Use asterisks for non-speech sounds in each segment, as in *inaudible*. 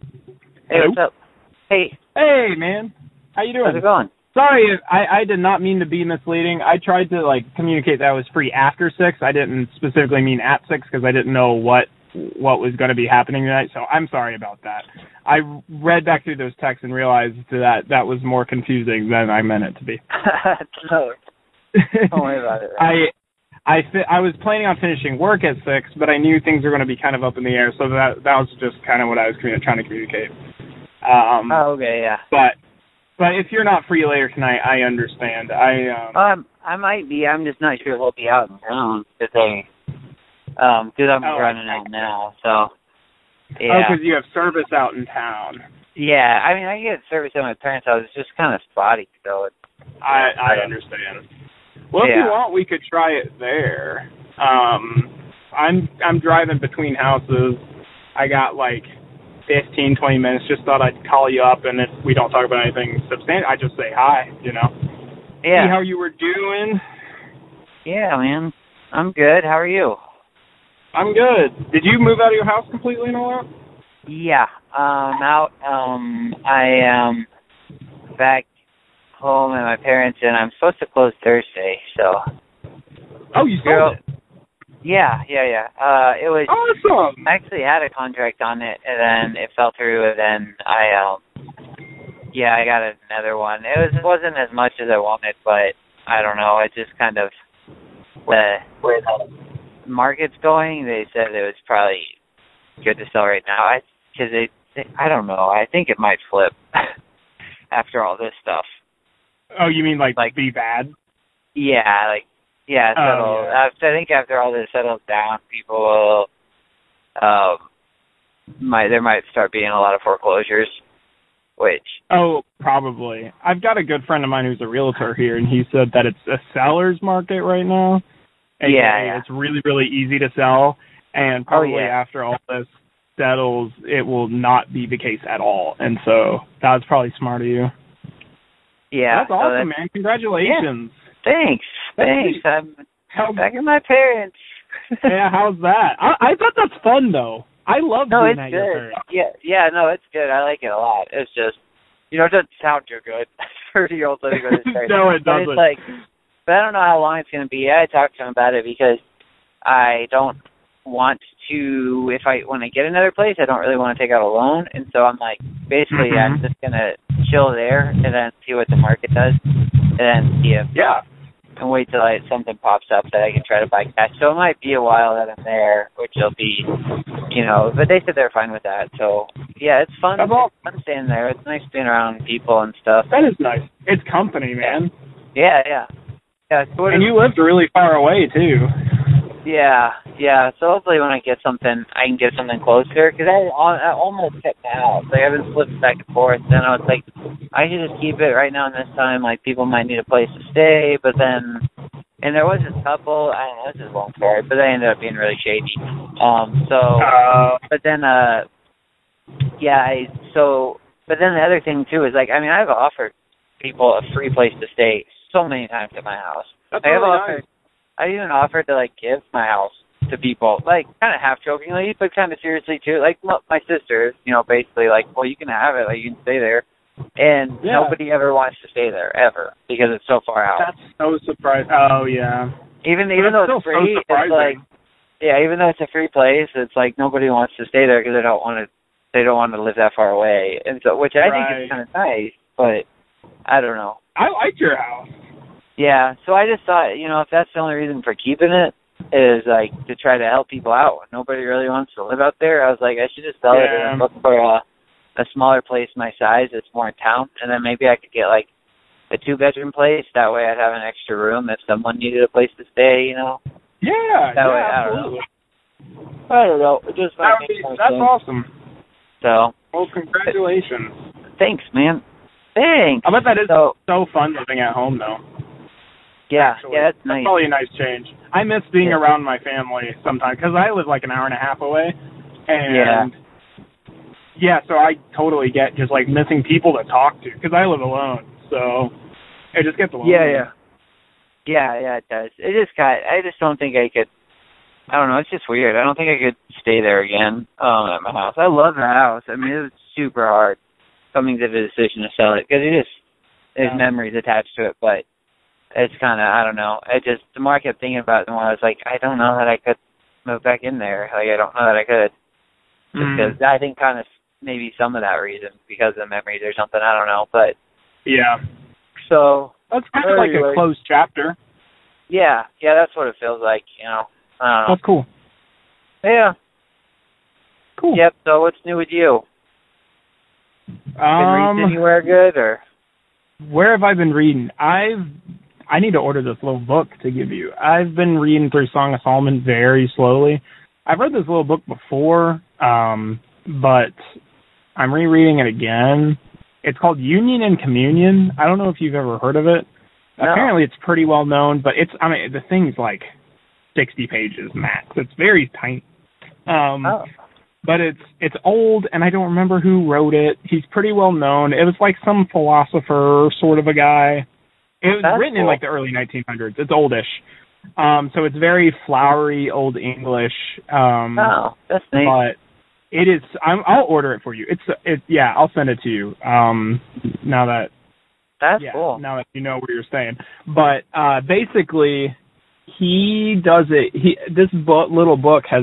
Hey, Hello? what's up? Hey, Hey, man. How you how's doing? it going? *laughs* Sorry, if- I, I did not mean to be misleading. I tried to like communicate that I was free after six. I didn't specifically mean at six because I didn't know what what was going to be happening tonight. So I'm sorry about that. I read back through those texts and realized that that was more confusing than I meant it to be. no, don't worry *laughs* about it. I I fi- I was planning on finishing work at six, but I knew things were going to be kind of up in the air, so that that was just kind of what I was commu- trying to communicate. Um, oh, okay, yeah. but but if you're not free later tonight, I understand. I um, Um, I might be. I'm just not sure if I'll be out in town today. Um, because I'm Oh, running I- out now. So. oh, Yeah. because you have service out in town. yeah. I mean, I get service at my parents' house. It's just kind of spotty, so it's I I understand. Well, if you Yeah. want, we could try it there. Um, I'm I'm driving between houses. I got like fifteen twenty minutes. Just thought I'd call you up, and if we don't talk about anything substantial, I just say hi. You know, see yeah. how you were doing. Yeah, man. I'm good. How are you? I'm good. Did you move out of your house completely and all that? Yeah, um, out. Um, I am back home at my parents, and I'm supposed to close Thursday. So, Oh, you Girl. sold it. yeah, yeah, yeah. Uh, it Oh. was. Awesome. I actually had a contract on it, and then it fell through, and then I, um, yeah, I got another one. It was it wasn't as much as I wanted, but I don't know. It just kind of where where the market's going. They said it was probably good to sell right now. I because they, they, I don't know. I think it might flip *laughs* after all this stuff. Oh, you mean like Like- be bad? Yeah, like yeah, Oh, settle. yeah. after- I think after all this settles down, people will um might there might start being a lot of foreclosures, which Oh, probably. I've got a good friend of mine who's a realtor here, and he said that it's a seller's market right now. AKA, Yeah, yeah. Oh, it's really really easy to sell, and probably yeah. after all this settles, it will not be the case at all. And so that was probably smart of you. yeah, that's so awesome, man! Congratulations. that- thanks, That's thanks. neat. I'm How, back at my parents. yeah, how's that? I, I thought that's fun though. I love no, being it's at good. your parents. Yeah, yeah, no, it's good. I like it a lot. It's just you know, it doesn't sound too good. *laughs* Thirty year old living with *laughs* his parents. no, it But doesn't. it's like, but I don't know how long it's going to be. I talked to him about it because I don't want to. If I when I get another place, I don't really want to take out a loan, and so I'm like, basically, Mhm. I'm just going to chill there and then see what the market does, and then see if yeah. and wait till like, something pops up that I can try to buy cash. So it might be a while that I'm there, which will be, you know. But they said they're fine with that. So yeah, it's fun. That's all. It's fun staying there. It's nice being around people and stuff. That is nice. It's company, man. Yeah, yeah, yeah. So what And is- you lived really far away too. yeah, yeah. So hopefully when I get something, I can get something closer because I, al- I almost kept the house. Like I've been flipping back and forth, and I was like, I should just keep it right now. And this time, like people might need a place to stay, but then, and there was a couple. I don't know. This is a long story, but they ended up being really shady. Um. So Uh, but then uh yeah i so but then the other thing too is like i mean i've offered people a free place to stay so many times at my house That's i have really offered nice. i even offered to like give my house to people like kind of half jokingly but kind of seriously too like mo- my sisters you know basically like well you can have it like you can stay there and Yeah. nobody ever wants to stay there ever because it's so far out That's so surprising. Oh yeah. even But even though still it's free so it's surprising. like yeah, even though it's a free place, it's like nobody wants to stay there because they don't want to. They don't want to live that far away, and so which I think Right. is kind of nice, but I don't know. I liked your house. Yeah, so I just thought, you know, if that's the only reason for keeping it is like to try to help people out. Nobody really wants to live out there. I was like, I should just sell it Yeah. and look for a, a smaller place my size that's more in town, and then maybe I could get like a two bedroom place. That way, I'd have an extra room if someone needed a place to stay. You know, Yeah. That yeah, way, I don't know. absolutely. I don't know. It just That might would make be, more that's sense. awesome. So. Well, congratulations. Thanks, man. Thanks. I bet that is so, So fun living at home though. yeah, actually. yeah, that's That's nice. probably a nice change. I miss being Yeah. around my family sometimes because I live like an hour and a half away, and Yeah. yeah, so I totally get just like missing people to talk to because I live alone, so it just gets lonely. Yeah, yeah. Yeah, yeah, it does. It just got. I just don't think I could I don't know. It's just weird. I don't think I could stay there again um, at my house. I love the house. I mean, it was super hard coming to the decision to sell it because it just there's Yeah. memories attached to it. But it's kind of I don't know. It just the more I kept thinking about it, the more I was like, I don't know that I could move back in there. Like I don't know that I could just Mm. because I think kind of maybe some of that reason because of memories or something. I don't know, but Yeah. so That's kind of like Anyway. a closed chapter. yeah, yeah, that's what it feels like. You know, I don't That's cool. know. Yeah. Cool. Yep. So what's new with you? Been reached Um, anywhere good or? where have I been reading? I've I need to order this little book to give you. I've been reading through Song of Solomon very slowly. I've read this little book before, um, but I'm rereading it again. It's called Union and Communion. I don't know if you've ever heard of it. No. Apparently, it's pretty well known, but it's I mean the thing's like 60 pages max. It's very tiny. Um, Oh. but it's it's old and I don't remember who wrote it. He's pretty well known. It was like some philosopher sort of a guy. It was That's written in cool. like the early 1900s. It's oldish. Um so it's very flowery old English. Um Oh, that's neat. but it is I'm I'll order it for you. It's it yeah, I'll send it to you. Um now that that's yeah, cool. now that you know what you're saying. But uh basically he does it he this book, little book has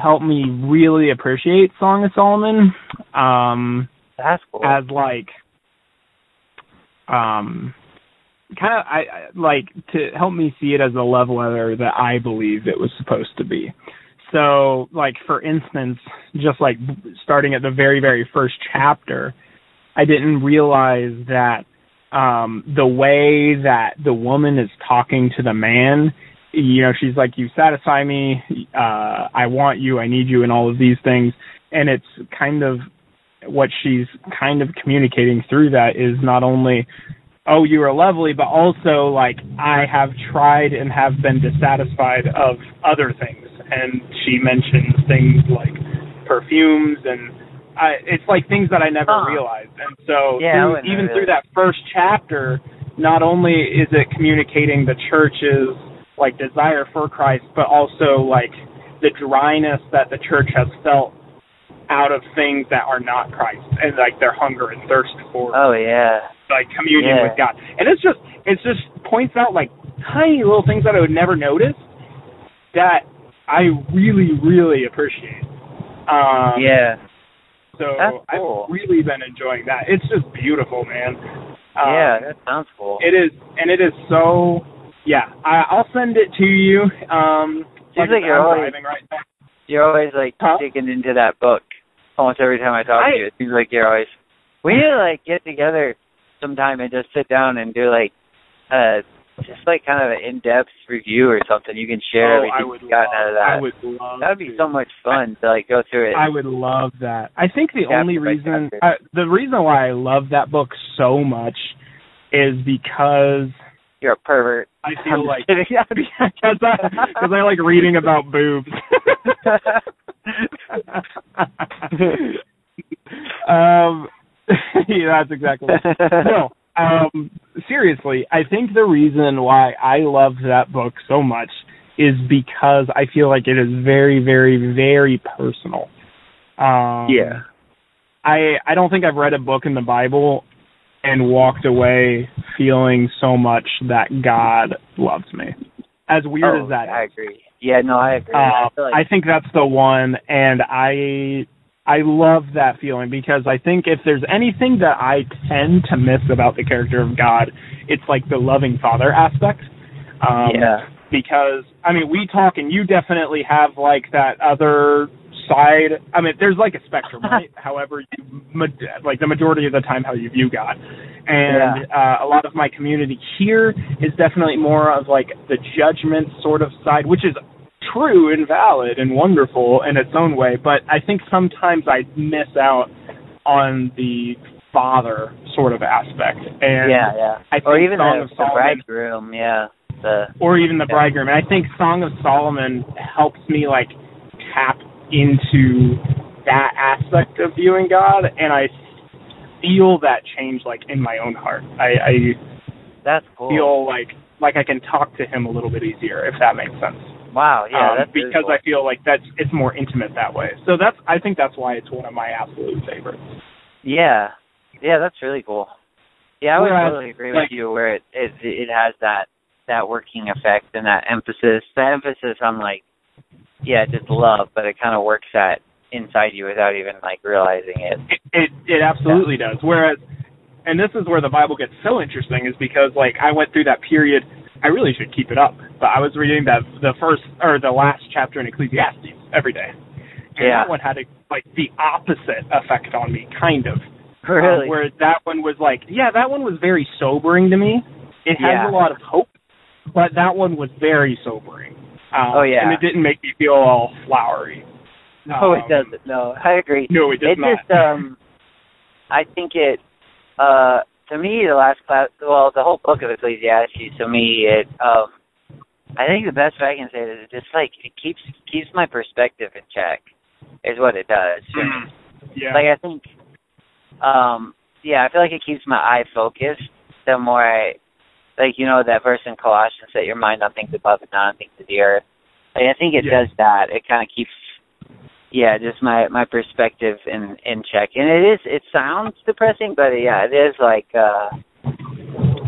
helped me really appreciate Song of Solomon um That's cool. as like um kind of I, I like to help me see it as the love letter that I believe it was supposed to be. So like for instance, just like b- starting at the very very first chapter, I didn't realize that um the way that the woman is talking to the man you know she's like you satisfy me uh i want you i need you and all of these things and it's kind of what she's kind of communicating through that is not only oh you are lovely but also like i have tried and have been dissatisfied of other things and she mentions things like perfumes and I, it's like things that i never Huh. realized and so Yeah, I through- wouldn't have even through realized. that first chapter not only is it communicating the church's like desire for christ but also like the dryness that the church has felt out of things that are not Christ and like their hunger and thirst for oh yeah. like communion yeah. with God. And it's just it's just points out like tiny little things that I would never notice that I really, really appreciate. Um yeah. so That's cool. I've really been enjoying that. It's just beautiful, man. Um, yeah, that sounds cool. It is and it is so yeah, I I'll send it to you. Um Seems I like said, you're I'm always- driving right now. you're always like Huh? digging into that book almost every time I talk I- to you. It seems like you're always we need to like get together sometime and just sit down and do like uh just like kind of an in depth review or something. You can share Oh, everything I would you've gotten out of love- I that. would love That'd be to. so much fun to like go through it. I would love that. I think the Chapter only by reason chapter. uh, the reason why I love that book so much is because you're a pervert. I I'm feel just like *laughs* kidding. *laughs* because I because I like reading about *laughs* boobs. *laughs* um, *laughs* yeah, that's exactly. *laughs* What no, um, seriously, I think the reason why I love that book so much is because I feel like it is very, very, very personal. Um, Yeah. I I don't think I've read a book in the Bible and walked away feeling so much that God loves me. As weird Oh, as that I is. agree. Yeah, no, I agree. Uh, I feel like I think that's the one, and I I love that feeling because I think if there's anything that I tend to miss about the character of God, it's like the loving father aspect. Um, yeah. Because I mean, we talk, and you definitely have like that other side. I mean, there's like a spectrum, right? However, you, ma- like the majority of the time, how you view God, and uh, a lot of my community here is definitely more of like the judgment sort of side, which is true and valid and wonderful in its own way, but I think sometimes I miss out on the father sort of aspect. And yeah, yeah. I think or even Song the, of the Solomon- bridegroom, yeah. The or even the Yeah. bridegroom. And I think Song of Solomon helps me like tap into that aspect of viewing God and I feel that change like in my own heart. I, I that's cool. feel like like I can talk to him a little bit easier if that makes sense. Wow. Yeah. um, that's because I feel like that's it's more intimate that way. So that's I think that's why it's one of my absolute favorites. Yeah, yeah, that's really cool. Yeah, I would Whereas, totally agree like- with you where it, it it has that that working effect and that emphasis, the emphasis on like, yeah, just love, but it kind of works that inside you without even like realizing it. It it, it absolutely does. Whereas, and this is where the Bible gets so interesting is because like I went through that period. I really should keep it up, but I was reading that the first or the last chapter in Ecclesiastes every day. And Yeah. that one had a, like the opposite effect on me, kind of. Um, *laughs* Really? where that one was like, yeah, that one was very sobering to me. It has Yeah. a lot of hope, but that one was very sobering. Um, Oh, yeah. and it didn't make me feel all flowery. no, Um, Oh, it doesn't. No, I agree. No, it does it not. just um, I think it. Uh, to me, the last class, well, the whole book of Ecclesiastes. To me, it. Um, I think the best way I can say it is it just like it keeps keeps my perspective in check. Is what it does. for Mm-hmm. me. yeah, Like I think, um, yeah, I feel like it keeps my eye focused. The more I, like you know that verse in Colossians, set your mind on things above and not on things of the earth. Like I think it Yeah. does that. It kind of keeps, yeah, just my my perspective in in check. And it is. It sounds depressing, but yeah, it is like, uh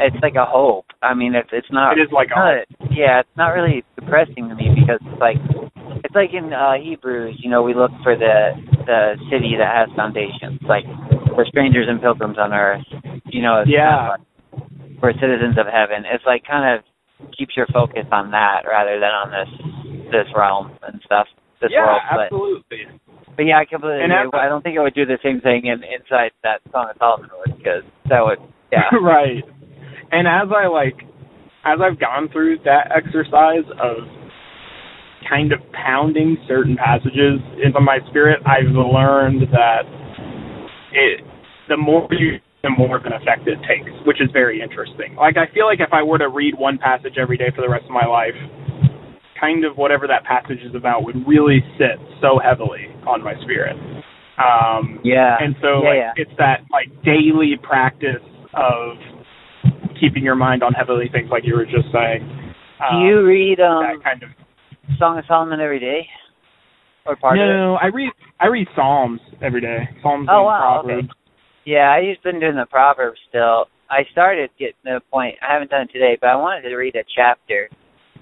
it's like a hope. I mean, it's it's not it is like a not yeah, it's not really depressing to me because it's like it's like in uh Hebrews, you know, we look for the the city that has foundations, like we're strangers and pilgrims on earth, you know, it's Yeah. kind of like, we're citizens of heaven. It's like kind of keeps your focus on that rather than on this this realm and stuff. This yeah, world. But absolutely. but yeah, I completely And agree. that's- I don't think I would do the same thing in inside that Song of Solomon would because that would yeah. *laughs* right. And as I like, as I've gone through that exercise of kind of pounding certain passages into my spirit, I've learned that it the more you the more of an effect it takes, which is very interesting. Like I feel like if I were to read one passage every day for the rest of my life, kind of whatever that passage is about would really sit so heavily on my spirit. Um, Yeah. and so yeah, like, yeah. it's that like daily practice of keeping your mind on heavenly things, like you were just saying. Um, Do you read um that kind of. Song of Solomon every day, or part of no, it. no, I read I read Psalms every day. Psalms Oh, and wow, okay. Proverbs. Yeah, I just been doing the Proverbs still. I started getting to the point. I haven't done it today, but I wanted to read a chapter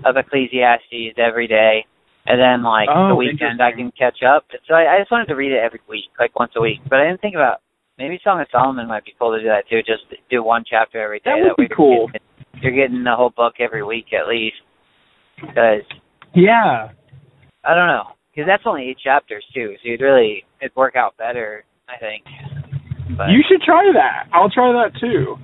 of Ecclesiastes every day, and then like Oh, the weekend I can interesting. catch up. So I, I just wanted to read it every week, like once a week. But I didn't think about maybe Song of Solomon might be cool to do that too. Just do one chapter every day. That would way be you're cool. getting- You're getting the whole book every week at least, because Yeah, I don't know. Because that's only eight chapters too, so you'd really it'd work out better, I think. But you should try that. I'll try that too.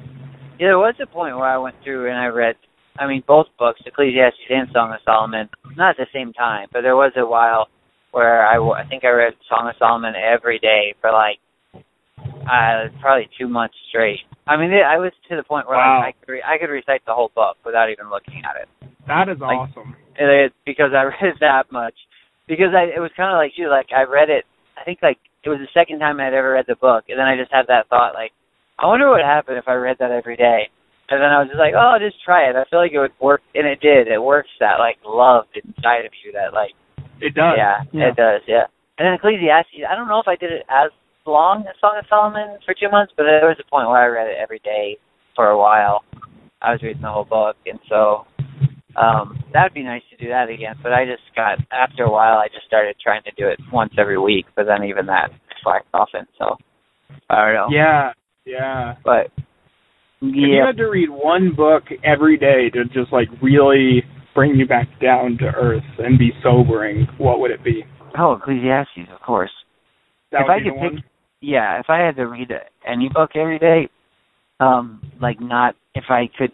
yeah, there was a point where I went through and I read, I mean, both books, Ecclesiastes and Song of Solomon, not at the same time, but there was a while where I, w- I think I read Song of Solomon every day for like uh probably two months straight. I mean, I was to the point where Wow. like, I could re- I could recite the whole book without even looking at it. That is Like- awesome. And it's because I *laughs* read that much. Because I it was kind of like you, like I read it. I think like it was the second time I'd ever read the book, and then I just had that thought, like, I wonder what would happen if I read that every day. And then I was just like, oh, just try it. I feel like it would work, and it did. It works that like love inside of you, that like It does. yeah, yeah. it does, yeah. And then Ecclesiastes, I don't know if I did it as long as Song of Solomon for two months, but there was a point where I read it every day for a while. I was reading the whole book, and so um that'd be nice to do that again. But I just got after a while, I just started trying to do it once every week, but then even that slacked off, and so I don't know. Yeah, yeah. But If you yeah, had to read one book every day to just like really bring you back down to earth and be sobering, what would it be? oh Ecclesiastes, of course. That If would I be could the pick one. yeah, if I had to read any book every day, um, like not if I could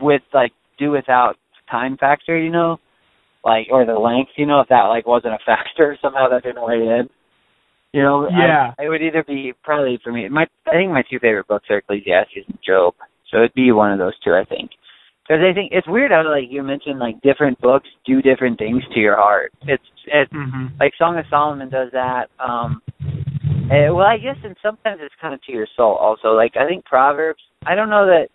with like do without time factor, you know, like or the length, you know, if that like wasn't a *laughs* factor somehow that didn't weigh in. You know, I- Yeah. it would either be probably for me. My I think my two favorite books are Ecclesiastes and Job, so it'd be one of those two, I think. Because I think it's weird how like you mentioned like different books do different things to your heart. It's it's Mm-hmm. like Song of Solomon does that. Um eh, well I guess and sometimes it's kind of to your soul also. Like I think Proverbs I don't know that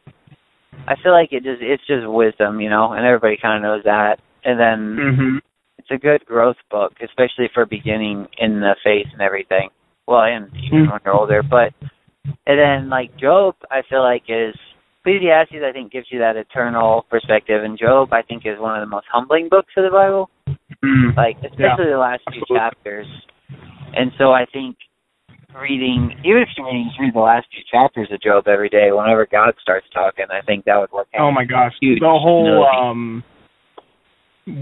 I feel like it just it's just wisdom, you know, and everybody kinda knows that. and then hmm it's a good growth book, especially for beginning in the faith and everything. Well, and even Mm. when you're older, but and then like Job, I feel like is Ecclesiastes. I think gives you that eternal perspective, and Job, I think, is one of the most humbling books of the Bible. mm Like especially the last few Absolutely. chapters, and so I think reading, even if you're reading through the last few chapters of Job every day, whenever God starts talking, I think that would work. Oh Out. my gosh, Huge. the whole No. um,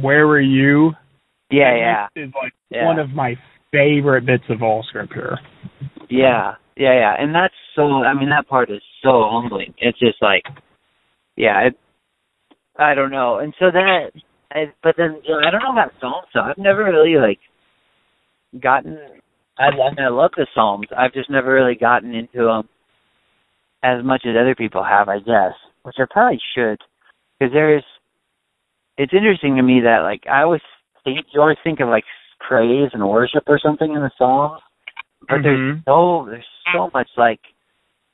where were you? yeah, yeah, is like yeah. one of my favorite bits of all scripture. Yeah, yeah, yeah. And that's so. I mean, that part is so humbling. It's just like, yeah, it, I don't know. And so that, I, but then you know, I don't know about Psalms. So I've never really like gotten. I love, I love the Psalms. I've just never really gotten into them as much as other people have, I guess. Which I probably should, because there's. It's interesting to me that like I always think you always think of like praise and worship or something in the Psalms, but there's Mhm. so there's so much like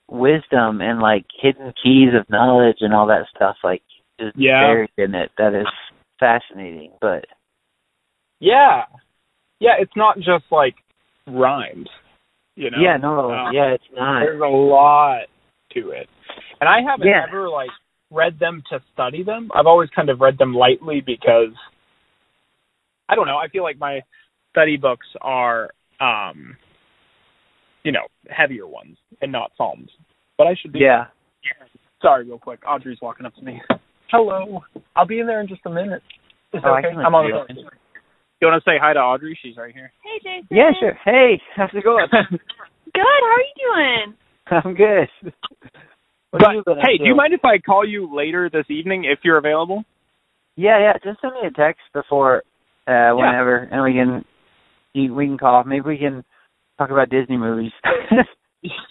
wisdom and like hidden keys of knowledge and all that stuff like just Yeah. buried in it that is fascinating but Yeah, yeah, it's not just like rhymes, you know. yeah no Uh, yeah it's not there's a lot to it, and I haven't Yeah. ever like read them to study them. I've always kind of read them lightly because I don't know. I feel like my study books are, um, you know, heavier ones and not psalms. But I should be yeah Sorry, real quick. Audrey's walking up to me. Hello. I'll be in there in just a minute. Is that Oh, I okay? can I'm on the listen phone. You want to say hi to Audrey? She's right here. Hey, Jason. yeah sure hey *laughs* how's it going Good. How are you doing? i'm good what but have you been up hey, do you to? mind if I call you later this evening if you're available? yeah yeah just send me a text before uh whenever and we can you- we can call maybe we can talk about disney movies *laughs*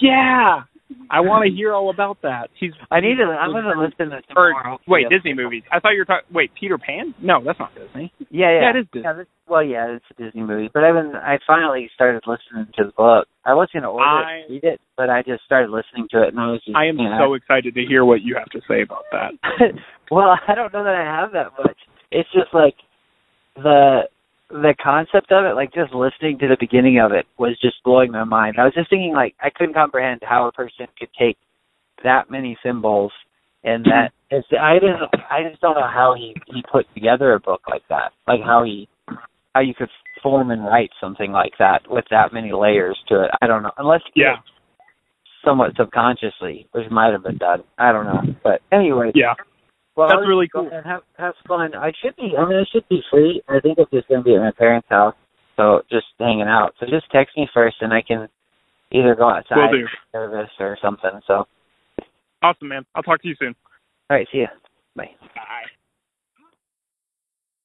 Yeah. I want to hear all about that. He's. i need to i'm going to listen to Or- tomorrow wait, yeah. Disney movies. I thought you were talking. Wait, Peter Pan? No, that's not Disney. yeah Yeah, yeah it is Disney. Yeah, this, well, yeah, it's a Disney movie, but I've been I finally started listening to the book. I was gonna order I- it, read it, but I just started listening to it, and I was just I am you know, so excited to hear what you have to say about that. well, I don't know that I have that much. It's just like the the concept of it, like just listening to the beginning of it was just blowing my mind. I was just thinking like I couldn't comprehend how a person could take that many symbols and that it's I didn't I just don't know how he he put together a book like that. Like how he how you could form and write something like that with that many layers to it. I don't know. *laughs* Unless you Yeah. somewhat subconsciously, which might have been done. I don't know. But anyway, Yeah. well, That's I'll really go cool. And have have fun. I should be. I mean, I should be free. I think I'm just gonna be at my parents' house, so just hanging out. So just text me first, and I can either go Will outside, do. service, or something. So, all Awesome, man. I'll talk to you soon. right, see ya. Bye. Bye.